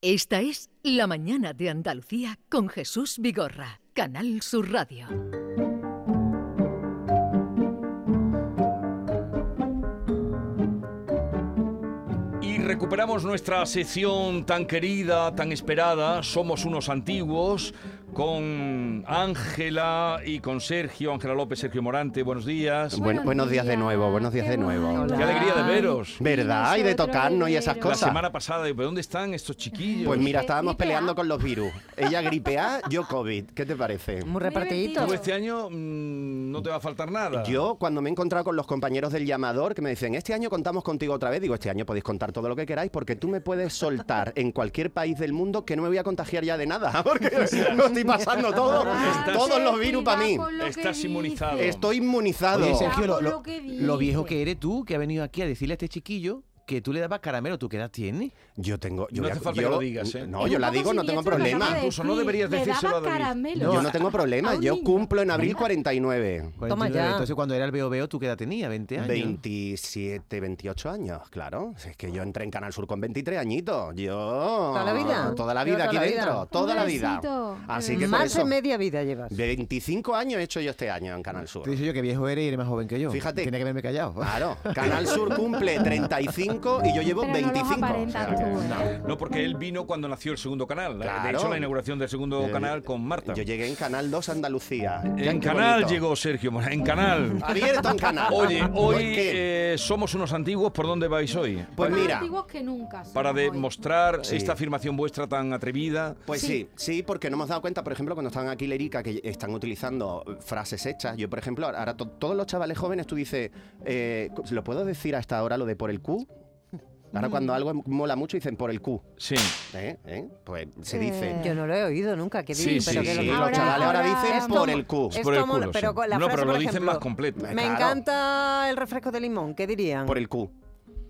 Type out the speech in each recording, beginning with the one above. Esta es La mañana de Andalucía con Jesús Vigorra, Canal Sur Radio. Y recuperamos nuestra sección tan querida, tan esperada, Somos unos antiguos, con Ángela y con Sergio, Ángela López, Sergio Morante, buenos días. Buen- buenos, días, de nuevo, buenos días de nuevo. Hola. Qué alegría de veros. ¿Verdad? Y de nosotros tocarnos y de esas veros. La cosas. semana pasada, digo, ¿pero ¿dónde están estos chiquillos? Pues mira, Eh, estábamos gripe A. peleando con los virus. Ella gripe A, yo COVID. ¿Qué te parece? Muy repartidito. Tú este año mm, no te va a faltar nada. Yo cuando me he encontrado con los compañeros del llamador que me dicen, este año contamos contigo otra vez, digo, este año podéis contar todo lo que queráis porque tú me puedes soltar en cualquier país del mundo que no me voy a contagiar ya de nada, porque lo estoy pasando todo, Estás- todos los virus para mí. Estás inmunizado. Estoy inmunizado. Oye, Cuidado Sergio, lo, con lo lo- que lo viejo dices. que eres tú, que ha venido aquí a decirle a este chiquillo que tú le dabas caramelo. ¿Tú qué edad tienes? Yo tengo... Yo No voy a- hace falta yo- que lo digas, ¿eh? No, yo la digo, no tengo problema. Incluso no deberías decírselo a David. Yo no tengo problema, yo cumplo en abril Venga. 49. Toma 49. ya. Entonces, cuando era el BOBO, ¿tú qué edad tenías? ¿20 años? 27, 28 años, claro. Si Es que yo entré en Canal Sur con 23 añitos. Yo. Toda la vida. Toda la Yo vida toda aquí la vida. dentro. Toda la vida. besito. Así que por Más de eso. media vida llevas. 25 años he hecho yo este año en Canal Sur. Te dice yo que viejo eres y eres más joven que yo. Fíjate. Tiene que haberme callado. Ah, Claro. Canal Sur cumple 35 y yo llevo Pero no los 25. aparentas que- tú, ¿eh? No, porque él vino cuando nació el segundo canal. De Claro. hecho, la inauguración del segundo canal con Marta. Yo llegué en Canal 2 Andalucía. en canal llegó Sergio Morante, en canal. Abierto en Canal. Oye, ¿Por hoy qué? eh, somos unos antiguos, ¿por dónde vais hoy? pues Más mira. antiguos que nunca. somos Para hoy. demostrar Sí. esta afirmación vuestra tan atrevida. Pues sí. sí, porque no hemos dado cuenta, por ejemplo, cuando están aquí Lerica, que están utilizando frases hechas. Yo, por ejemplo, ahora to- todos los chavales jóvenes, tú dices, eh, ¿lo puedo decir hasta ahora lo de por el Q? Ahora cuando algo mola mucho dicen por el Q. Sí. ¿Eh? ¿Eh? Pues se Eh, dice. Yo no lo he oído nunca. Que Sí, sí, sí, pero que Sí, sí. lo los Ahora- chavales ahora ahora dicen es por como- el Q. Es por el como- culo, pero sí. con la no, frase, pero lo por dicen ejemplo, más completo. Me Claro. encanta el refresco de limón. ¿Qué dirían? Por el Q.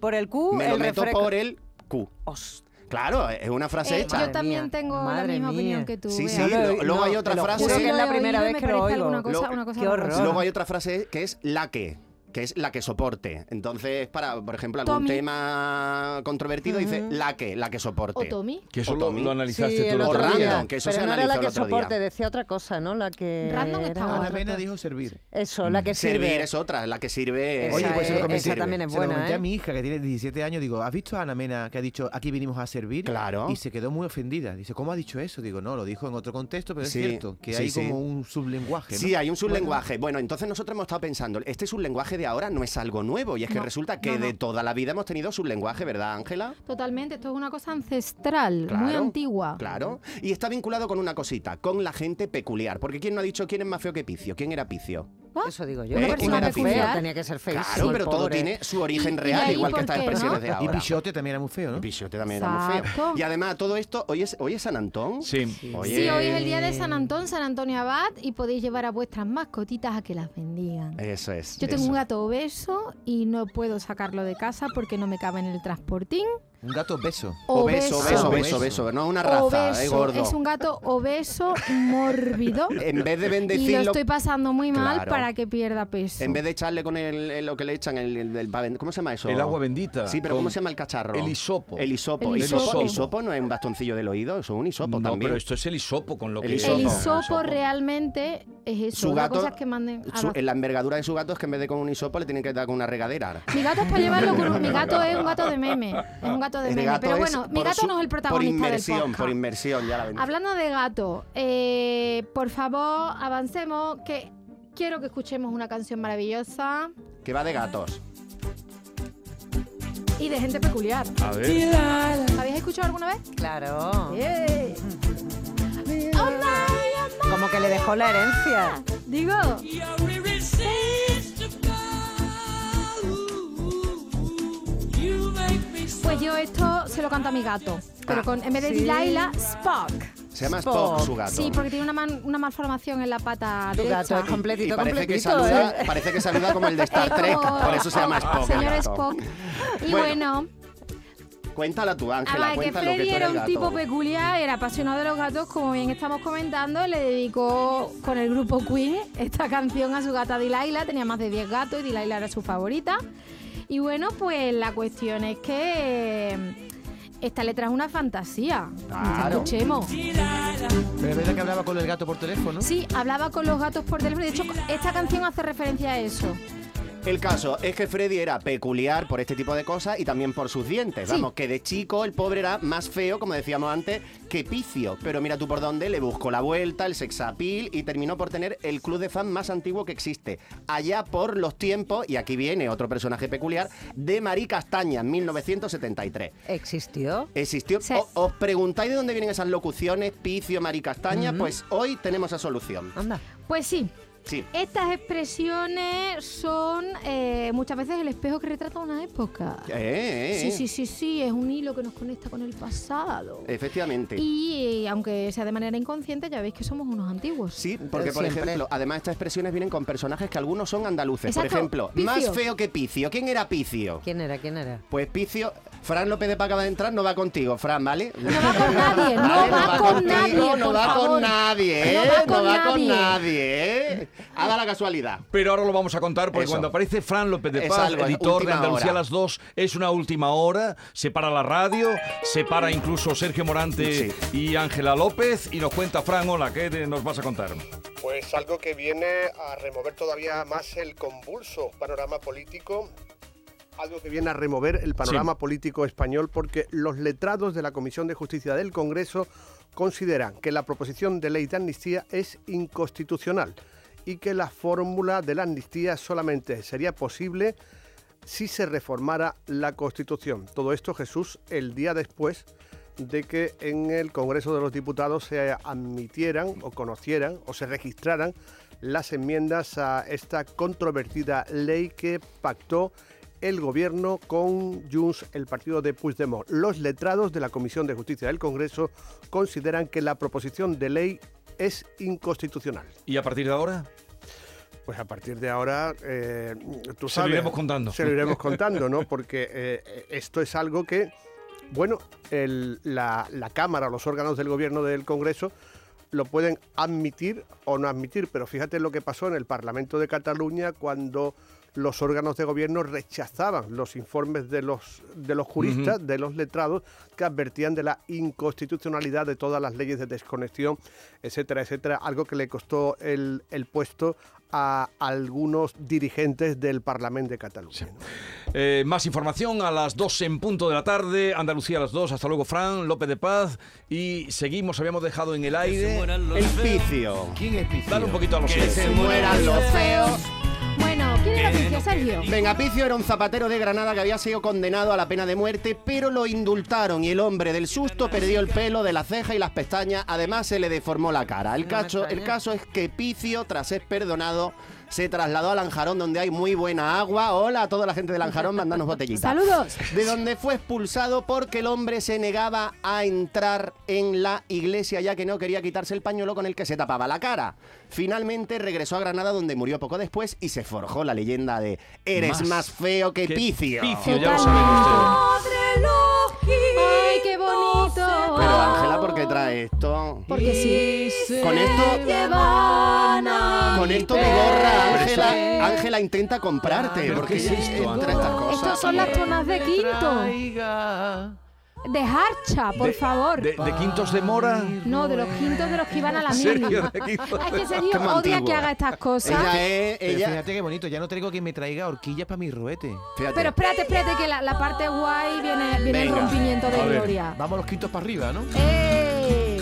Por el Q, Me el lo meto refresco. por el Q. Os- Claro, es una frase Eh, hecha. yo Madre también mía, tengo la madre misma mía. opinión que tú. Sí, Bea. sí, No lo he lo- oído, luego hay otra te lo frase- juro Yo sí que es lo la he primera oído y vez me que lo parece oigo. alguna cosa- Lo- una cosa qué horror. horrorosa. Luego hay otra frase que es la que, que es la que soporte. Entonces, para, por ejemplo, algún Tommy. tema controvertido, dice Ujú. la que, la que soporte. ¿O Tommy? Que eso O lo, Tommy. lo analizaste tú. el el otro otro día. random, que eso pero se no era la analizó el que otro día. soporte, decía otra cosa, ¿no? La que Random era- estaba. Ana Mena dijo servir. Eso, la que sirve. Servir es otra, la que sirve. Esa Oye, pues es- lo que me esa sirve. también es Se lo buena, comenté ¿eh? a mi hija que tiene 17 años. Digo, ¿has visto a Ana Mena que ha dicho aquí vinimos a servir? Claro. Y se quedó muy ofendida. Dice, ¿cómo ha dicho eso? Digo, no, lo dijo en otro contexto, pero Sí, es cierto que sí, hay sí. como un sublenguaje. ¿no? Sí, hay un sublenguaje. Bueno, entonces nosotros hemos estado pensando, este sublenguaje de ahora no es algo nuevo y es que No, resulta que no, no. de toda la vida hemos tenido sublenguaje, ¿verdad, Ángela? Totalmente, esto es una cosa ancestral, muy Claro, antigua. Claro. Y está vinculado con una cosita, con la gente peculiar. Porque ¿quién no ha dicho quién es más feo que Picio? ¿Quién era Picio? Eso digo Eh, yo. Una Una persona persona fea, peculiar. tenía que ser fea. Claro, pero todo tiene su origen Y- y real, ahí igual que por estas qué, expresiones ¿no? de Y ahora. Pichote también era muy feo, ¿no? Y Pichote también era muy feo. Exacto. Y además, todo esto, hoy es, hoy es San Antón. Sí. Oye. Sí, hoy es el día de San Antón, San Antonio Abad, y podéis llevar a vuestras mascotitas a que las bendigan. Eso es. Yo tengo Eh, eso. un gato obeso y no puedo sacarlo de casa porque no me cabe en el transportín. Un gato beso. Obeso, obeso, obeso, Ah, obeso. obeso. No, una raza, eh, Obeso. gordo. Es un gato obeso, mórbido. En vez de y lo bendecirlo, estoy pasando muy mal Claro. para que pierda peso. en vez de echarle con el, el- lo que le echan, el, el- el pa- ¿cómo se llama eso? El agua bendita. Sí, pero Con- ¿cómo se llama el cacharro? El hisopo. El hisopo. El El hisopo, hisopo. hisopo no es un bastoncillo del oído, eso es un hisopo no, también. pero esto es el hisopo con lo El que hisopo. el no, hisopo realmente es eso. Su una gato- cosa es que manden a Su- la- en la envergadura de su gato es que en vez de con un hisopo le tienen que dar con una regadera. Mi gato es para llevarlo con un... Mi gato es un gato de meme. Es un gato de El meme. gato pero es bueno, mi por gato su- no es el Por protagonista del inmersión, podcast. por inmersión, ya la ven- Hablando de gato, eh, por favor, avancemos que quiero que escuchemos una canción maravillosa Que va de gatos. y de gente peculiar. A ver. ¿La habéis escuchado alguna vez? Claro. Yeah. Oh, my, oh, Como que le dejó la herencia. my. Digo, pues yo esto se lo canto a mi gato. Ah, Pero con, en vez de Sí. Delilah, Spock. Se llama Spock. Spock, su gato. Sí, porque tiene una, man- una malformación en la pata Tu derecha. gato es Y completito, parece que, completito. saluda, ¿eh? parece que saluda como el de Star Es Trek, como por eso se llama Spock, Spock. el Señor gato. Spock. Y Bueno, bueno Cuéntala tú, Ángela, Además de Ah, que cuéntalo que Freddy tú eres era el un gato. tipo peculiar, era apasionado de los gatos, como bien estamos comentando, le dedicó con el grupo Queen esta canción a su gata Dilaila, tenía más de 10 gatos y Dilaila era su favorita. Y bueno, pues la cuestión es que eh, Esta letra es una fantasía. Claro. Escuchemos. Pero es verdad que hablaba con el gato por teléfono. Sí, hablaba con los gatos por teléfono. De hecho, esta canción hace referencia a eso. El caso es que Freddy era peculiar por este tipo de cosas y también por sus dientes. Sí. Vamos, que de chico el pobre era más feo, como decíamos antes, que Picio. Pero mira tú por dónde le buscó la vuelta, el sexapil y terminó por tener el club de fans más antiguo que existe. Allá por los tiempos, y aquí viene otro personaje peculiar, de Marí Castaña, en 1973. ¿Existió? Existió. Sí. O- ¿Os preguntáis de dónde vienen esas locuciones, Picio, Marí Castaña? Pues hoy tenemos esa solución. Anda. Pues sí, Sí. estas expresiones son eh, muchas veces el espejo que retrata una época. Eh, eh, Sí, eh. sí, sí, sí, es un hilo que nos conecta con el pasado. Este. Efectivamente. Y eh, aunque sea de manera inconsciente, ya veis que somos unos antiguos. Sí, porque por siempre. ejemplo, además estas expresiones vienen con personajes que algunos son andaluces. Por Exacto, ejemplo, Picio. más feo que Picio. ¿Quién era Picio? ¿Quién era? ¿Quién era? Pues Picio, Fran López de Paca acaba de entrar, no va contigo, Fran, ¿vale? No va con nadie, no Vale, va con contigo, nadie, no por va favor. con nadie, No ¿eh? va con No va con nadie. nadie, ¿eh? Haga la casualidad. Pero ahora lo vamos a contar porque Eso. cuando aparece Fran López de Es Paz, algo, es editor de última Andalucía a hora. las 2, es una última hora, se para la radio, se para incluso Sergio Morante y Ángela López y nos cuenta Fran, hola, ¿qué te- nos vas a contar? Pues algo que viene a remover todavía más el convulso panorama político. Algo que viene a remover el panorama político español porque los letrados de la Comisión de Justicia del Congreso consideran que la proposición de ley de amnistía es inconstitucional y que la fórmula de la amnistía solamente sería posible si se reformara la Constitución. Todo esto, Jesús, el día después de que en el Congreso de los Diputados se admitieran o conocieran o se registraran las enmiendas a esta controvertida ley que pactó el gobierno con Junts, el partido de Puigdemont. Los letrados de la Comisión de Justicia del Congreso consideran que la proposición de ley es inconstitucional. ¿Y a partir de ahora? Pues a partir de ahora, eh, tú Se lo sabes. iremos contando. Se lo iremos contando, ¿no? Porque eh, esto es algo que, bueno, el- la, la Cámara, los órganos del gobierno del Congreso lo pueden admitir o no admitir, pero fíjate lo que pasó en el Parlamento de Cataluña cuando los órganos de gobierno rechazaban los informes de los, de los juristas, de los letrados, que advertían de la inconstitucionalidad de todas las leyes de desconexión, etcétera, etcétera, algo que le costó el, el puesto a algunos dirigentes del Parlamento de Cataluña. ¿no? Eh, más información a las 2 en punto de la tarde, Andalucía a las 2, hasta luego Fran, López de Paz y seguimos, habíamos dejado en el aire... El Picio. ¿Quién es Picio? Dale un poquito a los Que seres. se mueran los feos. Bueno, ¿quién era Picio, Sergio? Venga, Picio era un zapatero de Granada que había sido condenado a la pena de muerte, pero lo indultaron y el hombre del susto perdió el pelo de la ceja y las pestañas, además se le deformó la cara. El, No me cacho, el extraña. caso es que Picio, tras ser perdonado, se trasladó a Lanjarón donde hay muy buena agua. Hola a toda la gente de Lanjarón, mandanos botellitas. Saludos. De donde fue expulsado porque el hombre se negaba a entrar en la iglesia ya que no quería quitarse el pañuelo con el que se tapaba la cara. Finalmente regresó a Granada donde murió poco después y se forjó la leyenda de Eres Más más, feo que, que Picio. Picio, ya lo Totalmente. saben ustedes. ¡Ay, qué bonito! Pero Ángela, ¿por qué trae esto? Porque sí. Con esto, con esto me borra Ángela. Ángela intenta comprarte. ¿Pero porque qué es ella esto, entra Ángela? estas cosas. Estas son las tonas de quinto. Traiga. De Harcha, por De- favor. De, de Quintos de Mora. no, de los quintos de los que iban a la mili. Sergio, de Quintos Es de que Sergio Qué odia antiguo. que haga estas cosas. Ella es. Pero Ella, fíjate qué bonito, ya no traigo que me traiga horquillas para mi ruete. fíjate. Pero espérate, espérate, que la, la parte guay viene, viene el Venga. rompimiento de A ver. Gloria. Vamos los quintos para arriba, ¿no? ¡Eh!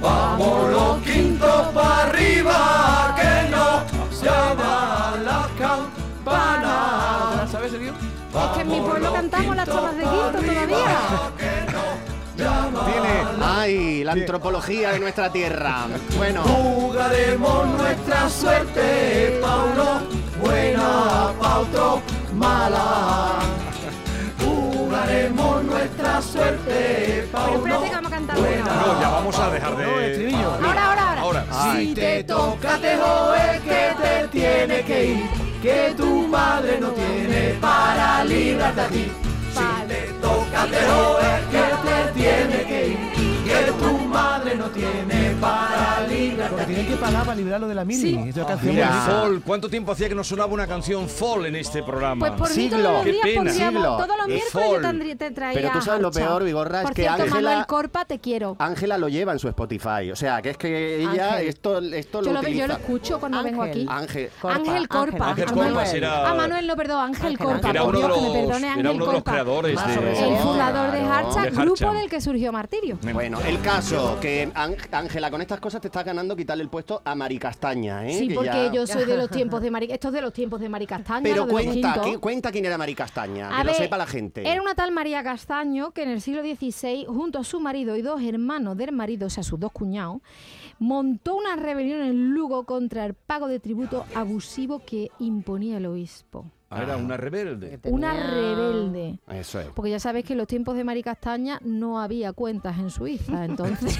Vamos los quintos para arriba, que nos llaman las campanas. Ah, ¿Sabes, Sergio? Es que en mi pueblo cantamos las tomas de quinto todavía. Tiene- ¡Ay! La antropología de nuestra tierra. Bueno. Jugaremos nuestra suerte, Paulo, buena pa' otro, mala. Jugaremos nuestra suerte, Pero espérate que vamos a cantar una. No, ya vamos a dejar de. No, el estribillo. Ahora, ahora, ahora. Ahora. Si te toca, te es que te tiene que ir, que tu madre no tiene para librarte a ti. Vale. que te tiene que ir, que tu madre no tiene para librarte a ti. tenían que pagar para librarlo de la mili. Sí. Esa canción Mira, buenísima. Fall. ¿Cuánto tiempo hacía que no sonaba una canción Fall en este Pues programa? por mí Siglo. todos los Qué días pena. podríamos, Siglo. todos los Es miércoles yo folk. tendría- te traía Pero tú sabes lo Harcha. peor, Vigorra, es Por que cierto, Ángela- Manuel Corpa, te quiero. Ángela lo lleva en su Spotify. O sea, que es que ella Ángel. esto, esto Yo lo lo, ve- yo lo utiliza. escucho cuando vengo Ángel. aquí. Ángel. Ángel Corpa. Ángel a Corpa Manuel. será- A Manuel, no, perdón, Ángel Ángel Corpa. Era Por uno de Dios, que me los, perdone era Ángel uno de los Corpa. creadores Más sobre El eso. de... fundador de Claro. Harcha, De grupo Harcha. del que surgió Martirio. Bueno, el caso, que Áng- Ángela, con estas cosas te estás ganando quitarle el puesto a Mari Castaña, ¿eh? Sí, Que porque ya- yo soy de los tiempos de Mari... Esto es de los tiempos de Mari Castaña, lo Pero de los cuenta, quintos. ¿qué- cuenta quién era Mari Castaña, que A lo ver, sepa la gente. Era una tal María Castaño que en el siglo XVI, junto a su marido y dos hermanos del marido, o sea, sus dos cuñados, montó una rebelión en Lugo contra el pago de tributo abusivo que imponía el obispo. Ah, Era una rebelde. Una Tenía- rebelde. Eso es. Porque ya sabéis que en los tiempos de María Castaña no había cuentas en Suiza, entonces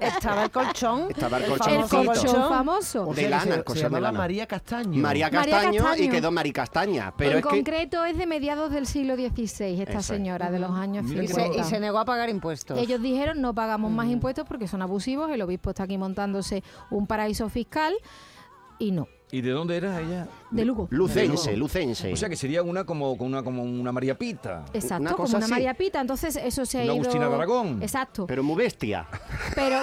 Estaba el colchón. Estaba el el colchoncito. colchón famoso. De O sea, que lana, se- el se, colchón de llamaba lana. María Castaño. María María Castaño, y Castaño. quedó Mari Castaña. Pero en es que concreto es de mediados del siglo XVI esta Eso es. señora, de los años Mira Y que se, 50. y se negó a pagar impuestos. Ellos dijeron no pagamos más impuestos porque son abusivos, el obispo está aquí montándose un paraíso fiscal y no, ¿Y de dónde era ella? de Lugo. lucense, lucense. O sea que sería una como, como una, como una María Pita. Exacto, una como cosa una así. María Pita, entonces eso se ha Una ido... Agustina de Aragón. Exacto, pero, Pero muy bestia.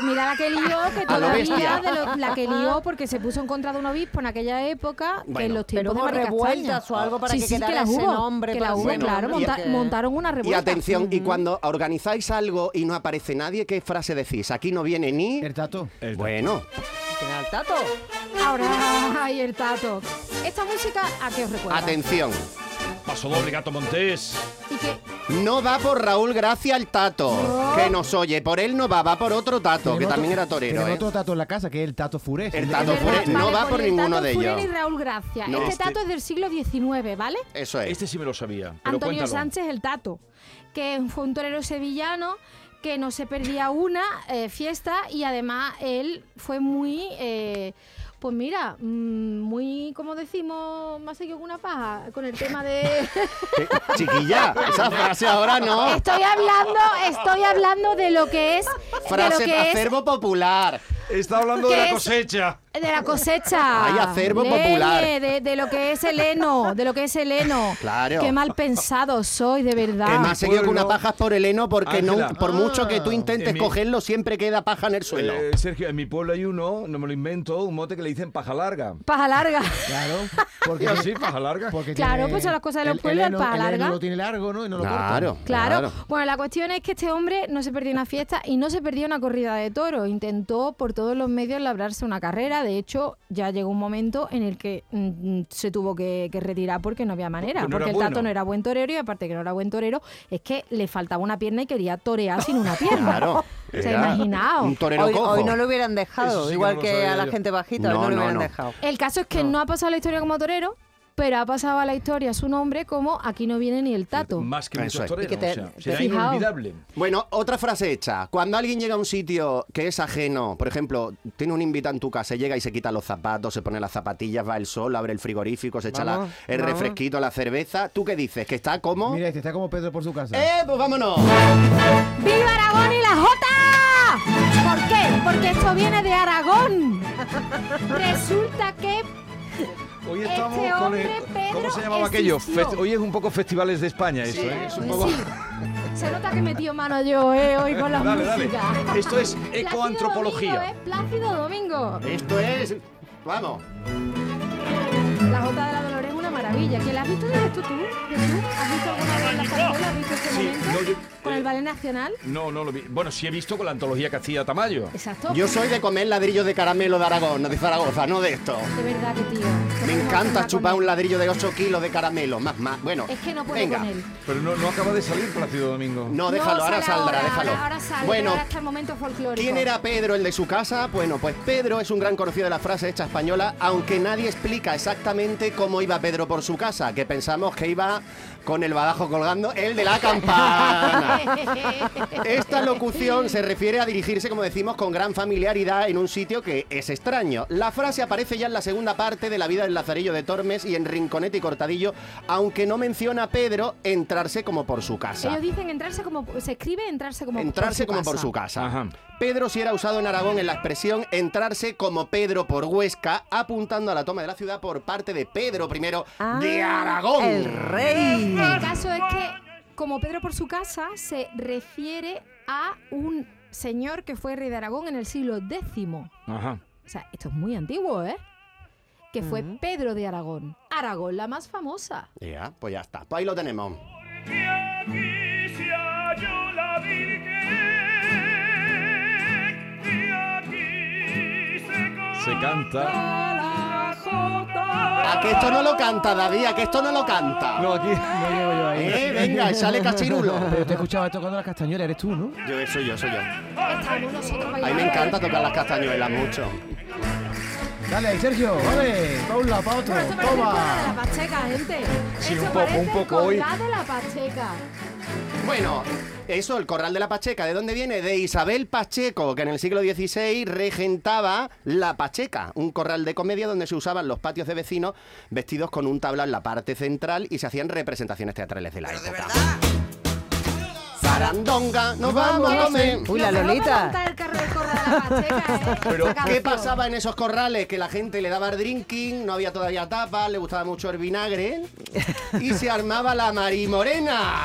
mirad aquel lío que A lo bestia. todavía, de lo- la que lió porque se puso en contra de un obispo en aquella época, que en Bueno, los Pero tiempos de hubo María revueltas Castaña. o algo para sí, que sí, quedara las ese hubo, nombre. que para la hubo, siempre, claro, ¿no? monta- Porque- montaron una Y revuelta. atención, y cuando organizáis algo y no aparece nadie, ¿qué frase decís? Aquí no viene ni... El tato. Bueno, Tiene al tato. Ahora, ay, el tato. Esta música, ¿a qué os recuerda? atención. Paso doble, Gato Montés. Y que No va por Raúl Gracia el tato, que nos oye. Por él no va, va por otro tato, que Tenemos también otro- era torero. Tenemos ¿eh? otro tato en la casa, que es el tato Furés. El de- Tato Es verdad, Furé, no va pues por el ninguno Tato de Furé ellos. ni Raúl Gracia. No. este, Este- Tato es del siglo XIX, ¿vale? Eso es. Este sí me lo sabía. Pero Antonio cuéntalo. Sánchez el Tato, que fue un torero sevillano que no se perdía una eh, fiesta y además él fue muy, eh, pues mira, mm, muy, como decimos, más seguido que una paja, con el tema de... Este, Eh, Chiquilla, esa frase ahora no. estoy hablando, estoy hablando de lo que es... de Frase lo que es acervo popular. Está hablando de ¿Qué la es? cosecha. De la cosecha. Hay acervo Leñe, popular. De, de lo que es el heno, de lo que es el heno. Claro. Qué mal pensado soy, de verdad. que más seguido que una pueblo. paja es por el heno, porque no, Ángela. Ah, por mucho que tú intentes En mi- cogerlo, siempre queda paja en el suelo. Eh, Sergio, en mi pueblo hay uno, no me lo invento, un mote que le dicen paja larga. Paja larga. Claro, porque. ¿Y así, paja larga? porque Claro, tiene- pues son las cosas de los el- el pueblos, el heno- paja el heno larga. lo tiene largo, ¿no? Y no lo corta. Claro, Claro. Bueno, la cuestión es que este hombre no se perdió una fiesta y no se perdió una corrida de toro. Intentó por todos los medios labrarse una carrera. De hecho, ya llegó un momento en el que mm, se tuvo que, que retirar porque no había manera. Porque Pues no era porque el bueno. Tato no era buen torero y aparte que no era buen torero, es que le faltaba una pierna y quería torear sin una pierna. Claro. O sea, Era imaginaos. Un torero Hoy, cojo. hoy no lo hubieran dejado, Eso sí que igual no lo que, sabía a la yo. gente bajita, hoy No, no, no, lo hubieran no. dejado. El caso es que no. ha pasado a la historia como torero, pero ha pasado a la historia su nombre como aquí no viene ni el tato. Más que Eso muchos es. toreros. Y que te- o sea, te- será Fijaos. inolvidable. Bueno, otra frase hecha. Cuando alguien llega a un sitio que es ajeno, por ejemplo, tiene un invitado en tu casa, llega y se quita los zapatos, se pone las zapatillas, va el sol, abre el frigorífico, se echa la- Vamos, el vamos. refresquito, la cerveza. ¿Tú qué dices? ¿Que está como? Mira, este está como Pedro por su casa. ¡Eh, pues vámonos! ¡Viva Aragón y la Jota! ¿Por qué? Porque esto viene de Aragón. Resulta que Hoy Este estamos con el- hombre, Pedro, ¿Cómo se llamaba aquello? existió. Fest- hoy es un poco festivales de España eso, ¿eh? Es un poco... Sí. se nota que metió mano yo eh, hoy con la Dale, dale. música. Esto es Plácido Domingo, ecoantropología. ¿eh? Plácido Domingo. Esto es. Vamos. La Jota de la Dolores es una maravilla. ¿Quién la has visto? ¿Dices tú tú? ¿Jesús? ¿Has visto alguna vez la zarzuela? ¿Has visto este Sí, momento? no, yo- Con eh, el Ballet Nacional. No, no lo vi. Bueno, sí he visto con la antología que hacía Tamayo. Exacto. Yo soy de comer ladrillos de caramelo de Aragón, no de Zaragoza, no de esto. De verdad que tío. Me encanta chupar un ladrillo de 8 kilos de caramelo, más, más. Bueno, Es que no puedo venga. con él. Pero no, no acaba de salir Plácido Domingo. No, déjalo, ahora sale saldrá, ahora, déjalo. Ahora, ahora sale, bueno, pero ahora está el momento folclórico. ¿quién era Pedro, el de su casa? Bueno, pues Pedro es un gran conocido de la frase hecha española, aunque nadie explica exactamente cómo iba Pedro por su casa, que pensamos que iba con el badajo colgando, el de la campana. Esta locución se refiere a dirigirse, como decimos, con gran familiaridad en un sitio que es extraño. La frase aparece ya en la segunda parte de la vida del Lazarillo de Tormes y en Rinconete y Cortadillo, aunque no menciona a Pedro entrarse como por su casa. Ellos dicen entrarse como. Se escribe entrarse como. Entrarse como por casa. su casa. Ajá. Pedro sí era usado en Aragón en la expresión entrarse como Pedro por Huesca, apuntando a la toma de la ciudad por parte de Pedro I Ah, de Aragón. El rey. El caso es que, como Pedro por su casa, se refiere a un señor que fue rey de Aragón en el siglo X. O Ajá. sea, esto es muy antiguo, ¿eh? Que fue Ujú. Pedro de Aragón. Aragón, la más famosa. Ya, pues ya está. Pues ahí lo tenemos. Se canta. A que esto no lo canta, David, a que esto no lo canta. No, aquí. No llego yo ahí. Eh, venga, sale cachirulo. Pero te escuchaba tocando las castañuelas, eres tú, ¿no? Yo, soy yo, soy yo. Estamos nosotros A mí bailando. me encanta tocar las castañuelas mucho. Dale, ahí, Sergio, vale. Pa' un lado, pa' otro. Pero esto parece cola de la Pacheca, gente. Sí, Esto un poco- un parece poco cola hoy. de la Pacheca. Bueno, eso, el corral de la Pacheca, ¿de dónde viene? De Isabel Pacheco, que en el siglo XVI regentaba la Pacheca, un corral de comedia donde se usaban los patios de vecinos vestidos con un tablao en la parte central y se hacían representaciones teatrales de la época. Sarandonga, nos vamos a comer. Uy, la Nos vamos a Lolita. montar el carro de cola de la Pacheca, ¿eh? Pero, Esta ¿Qué canción. pasaba en esos corrales? Que la gente le daba el drinking, no había todavía tapa, le gustaba mucho el vinagre y se armaba la marimorena.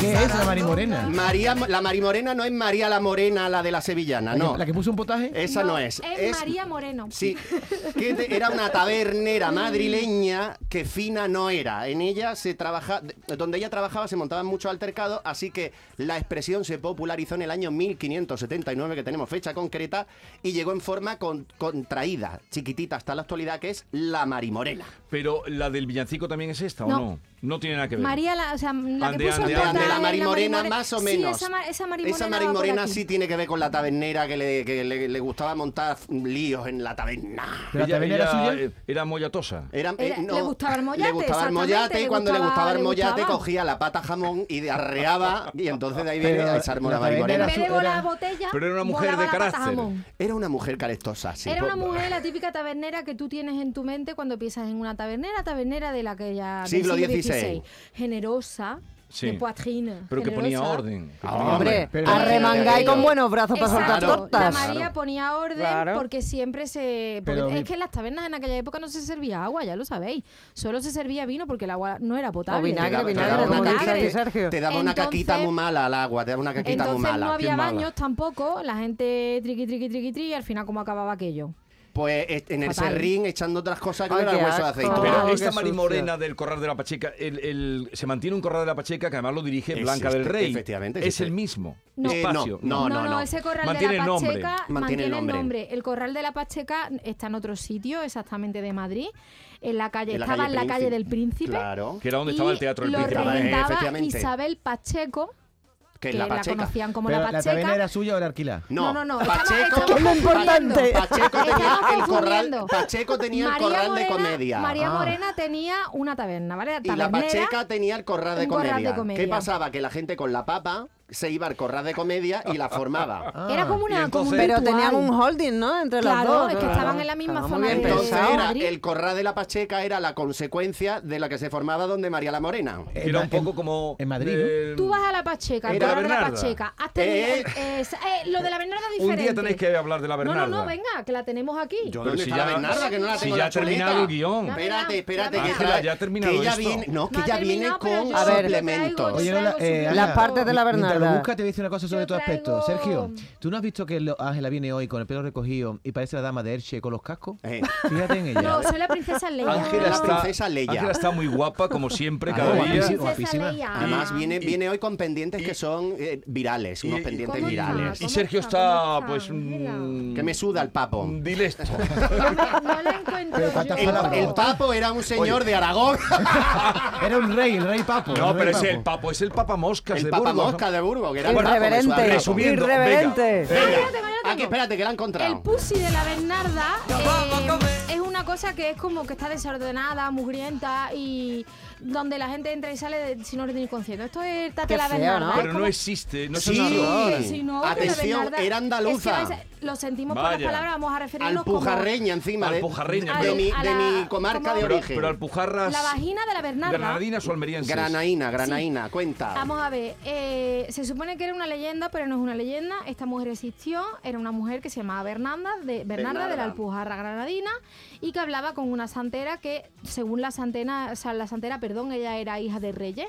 ¿Qué es la Mari Morena? María, la marimorena no es María la Morena, la de la sevillana, no. ¿La que puso un potaje? Esa no, es. Es, María Moreno. Sí, que te- era una tabernera madrileña que fina no era. En ella se trabaja, donde ella trabajaba se montaban muchos altercados, así que la expresión se popularizó en el año 1579, que tenemos fecha concreta, y llegó en forma con- contraída, chiquitita hasta la actualidad, que es la marimorena. pero la del villancico también es esta, ¿o No. no? No tiene nada que ver. María, la, o sea, la Ande, que puso ande, el De la, ande, portal, de la la marimorena Mari Morena. más o menos. Sí, esa, ma- esa marimorena, Esa va por marimorena aquí. sí tiene que ver con la tabernera que le, que le- le gustaba montar líos en la taberna. ¿Pero la Ella, taberna era ella, suya? eh, era mollatosa. Era- Era- eh, no, le gustaba el mollate, Le gustaba el exactamente, mollate y le cuando le gustaba- gustaba el le mollate gustaba. cogía la pata jamón y de- arreaba y entonces de ahí viene Pero a echar la taberna En era vez de su- volar botella, pero era una mujer volaba de la pata carácter. jamón. Era una mujer carestosa, sí. Pues, Era una Po- mujer, la típica tabernera que tú tienes en tu mente cuando piensas en una tabernera, tabernera de la que ya... del Siglo XVI. Generosa, Sí. de poitrine. Pero que ponía generosa. orden. que Ah, ponía Hombre, Pero- arremangáis con buenos brazos para soltar Exacto. La tortas. María ponía orden Claro. porque siempre se. porque Pero mi- es que en las tabernas en aquella época no se servía agua, ya lo sabéis. Solo se servía vino porque el agua no era potable. O vinagre, Te daba- vinagre, te daba como una dice caquita- aquí Sergio. Te daba una Entonces- caquita muy mala al agua, te daba una caquita Entonces muy mala. no había Qué mala. baños tampoco, la gente triqui, triqui, triqui, triqui, y al final, ¿cómo acababa aquello? Pues eh, en el Fatal. serrín echando otras cosas que Ay, no era qué el hueso de asco. Ah, aceite. Pero Oh, qué esta sucio. marimorena del Corral de la Pacheca, el, el- se mantiene un Corral de la Pacheca que además lo dirige Existe, Blanca del Rey. este, efectivamente, Es existe. el mismo. No. Eh, Espacio. No, no, no. ese corral Mantiene de el la nombre. Pacheca Mantiene el nombre. El corral de la Pacheca está en otro sitio, exactamente de Madrid, en la calle, En la estaba en calle la calle Príncipe. del Príncipe. Claro, Que era donde y estaba el Teatro del lo Príncipe. Vale, regentaba efectivamente. Isabel Pacheco, que es la pacheca. conocían como Pero la la Pacheca. taberna era suya o era alquilada. No, no, no, no, estamos- Pacheco, estamos Es lo confundiendo. importante. Pacheco tenía Estamos el corral, confundiendo. Pacheco tenía el María corral de Morena- comedia. María Ah. Morena tenía una taberna, ¿vale? Y la Tabernera. Pacheca tenía el corral de un corral comedia. de comedia. ¿Qué pasaba? Que la gente con la papa se iba al corral de comedia y la formaba. Era como y una entonces- como un Pero ritual. tenían un holding, ¿no? Entre las Claro, dos. es que ¿no? estaban en la misma Estaba zona Muy bien de- Entonces pensado. era Madrid. el corral de la Pacheca era la consecuencia de la que se formaba donde María la Morena. Eh, Que era en- un poco como. en Madrid, ¿no? eh, Tú vas a la Pacheca, al Era corral de la Bernarda. Pacheca. Has tenido- Eh. eh, es- eh, lo de la Bernarda es Un diferente. día tenéis que hablar de la Bernarda. No, no, no, venga, que la tenemos aquí. Yo Pero dónde si está la ya- Bernarda, que no la si tengo en ya la ha terminado chuleta. el guión. Espérate, espérate, Dámela, que dámela. trae- Ya ha terminado que ella esto. viene, no, No que ha ella viene terminado, pero con yo- A ver. suplementos. Yo Lola, traigo eh, su Ana, La parte de la mientras Bernarda. lo buscas, te voy a decir una cosa sobre Yo tu aspecto. traigo- Sergio, ¿tú no has visto que lo- Ángela viene hoy con el pelo recogido y parece la dama de Elche con los cascos? Eh. Fíjate en ella. No, soy la princesa Leia. Ángela Ángela La está, princesa Leia. Ángela está muy guapa, como siempre, Ah, cada no, día. guapísima. Princesa guapísima. Leia. Ah. Además viene, Y- viene hoy con pendientes que son eh, virales, unos y- pendientes ¿Cómo está? virales. Y ¿Cómo Sergio está? está, ¿Cómo pues. está, Ángela? mm, Que me suda el papo. mm, Dilesto. No, me- no la encuentro Pero cuántas yo. El, palabras. el papo era un señor de Aragón. Era un rey, el rey papo. No, el pero rey es papo. el papo, es el papa moscas El de papa Burgos, ¿no? mosca de Burgos, que era Ah, el papo, que suda el Irreverente. papo. Resumiendo, venga. Irreverente. Ah, yo lo tengo, yo lo Aquí, tengo. espérate, que la he encontrado. El pussy de la Bernarda eh, es una una cosa que es como que está desordenada, mugrienta y donde la gente entra y sale de- sin orden ni concierto. Esto es Tate Qué la feo, Bernarda. ¿no? es Pero como- no existe, no Sí. es un error. Sí, sí, no, que la Atención, Bernarda- era andaluza. Es que a veces lo sentimos por Vaya. las palabras, vamos a referirnos Alpujarreña encima de, Alpujarreña, de, pero- mi, A de la- mi comarca ¿cómo? de Pero, origen. pero alpujarras como la vagina de la Bernarda. granadinas o almerienses. granaína, granaína, cuenta. Vamos a ver, eh, se supone que era una leyenda, pero no es una leyenda. Esta mujer existió, era una mujer que se llamaba Bernarda, de, Bernarda de Bernarda. la Alpujarra Granadina, y que hablaba con una santera que, según la santera, o sea, la santera, perdón, ella era hija de reyes.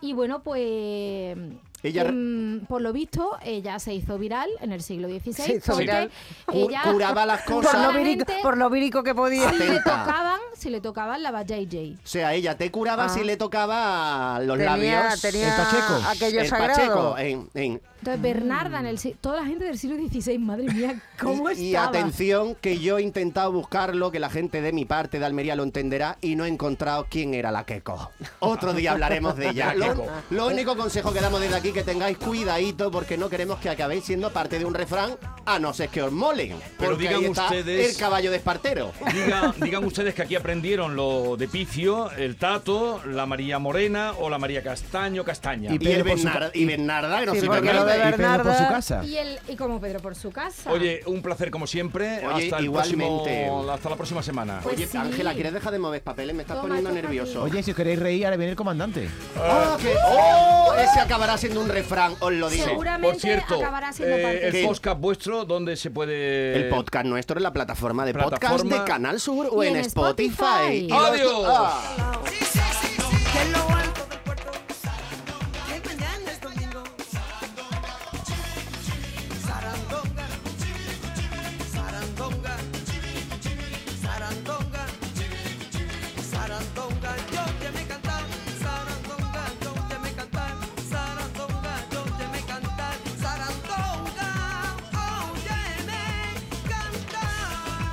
Y bueno, pues... Ella- em, por lo visto, ella se hizo viral en el siglo XVI. Se hizo porque viral. Cu- Ella Curaba las Por lo, cosas. Solamente- virico, por lo virico que podía. si le Atenta. tocaban, si le tocaban, la JJ. O sea, ella te curaba Ah. si le tocaba los Tenía, labios. tenía El Pacheco. aquello el sagrado. Pacheco. en- en- Entonces, Bernarda, en el, si- toda la gente del siglo XVI, madre mía, ¿cómo y, y estaba? atención, que yo he intentado buscarlo, que la gente de mi parte de Almería lo entenderá, y no he encontrado quién era la Queco. Otro día hablaremos de ella. Lo, lo único consejo que damos desde aquí, que tengáis cuidadito, porque no queremos que acabéis siendo parte de un refrán, a no ser que os molen. Pero Porque digan ahí está ustedes- el caballo de Espartero. Diga- digan ustedes que aquí aprendieron lo de Picio, el Tato, la María Morena o la María Castaño Castaña. Y Y, el Pedro por su Bernard- y Bernarda, que no Sí, se porque lo permite. de Y Pedro por su Bernarda- casa. Y, el, y como Pedro por su casa. Oye, un placer como siempre. Oye, hasta, el igualmente. próximo- hasta la próxima semana. Pues Oye, sí. Ángela, ¿quieres dejar de mover papeles? Me estás Toma, poniendo toca nervioso. Oye, si os queréis reír, ahora viene el comandante. Ah, que- ¡Oh! Ese acabará siendo un refrán, os lo digo. Segura- seguramente Por cierto, acabará siendo eh, parte el de- podcast vuestro, donde se puede... El podcast nuestro es la plataforma de podcast Eh, Plataforma- de Canal Sur o Y en en Spotify. Spotify. Y los- ¡Adiós! Ah. Que en lo alto del puerto Que mañana es domingo Sarandonga Sarandonga Sarandonga Sarandonga Yo te me cantar Sarandonga Yo te me cantar Sarandonga Yo te me cantar Sarandonga Óyeme cantar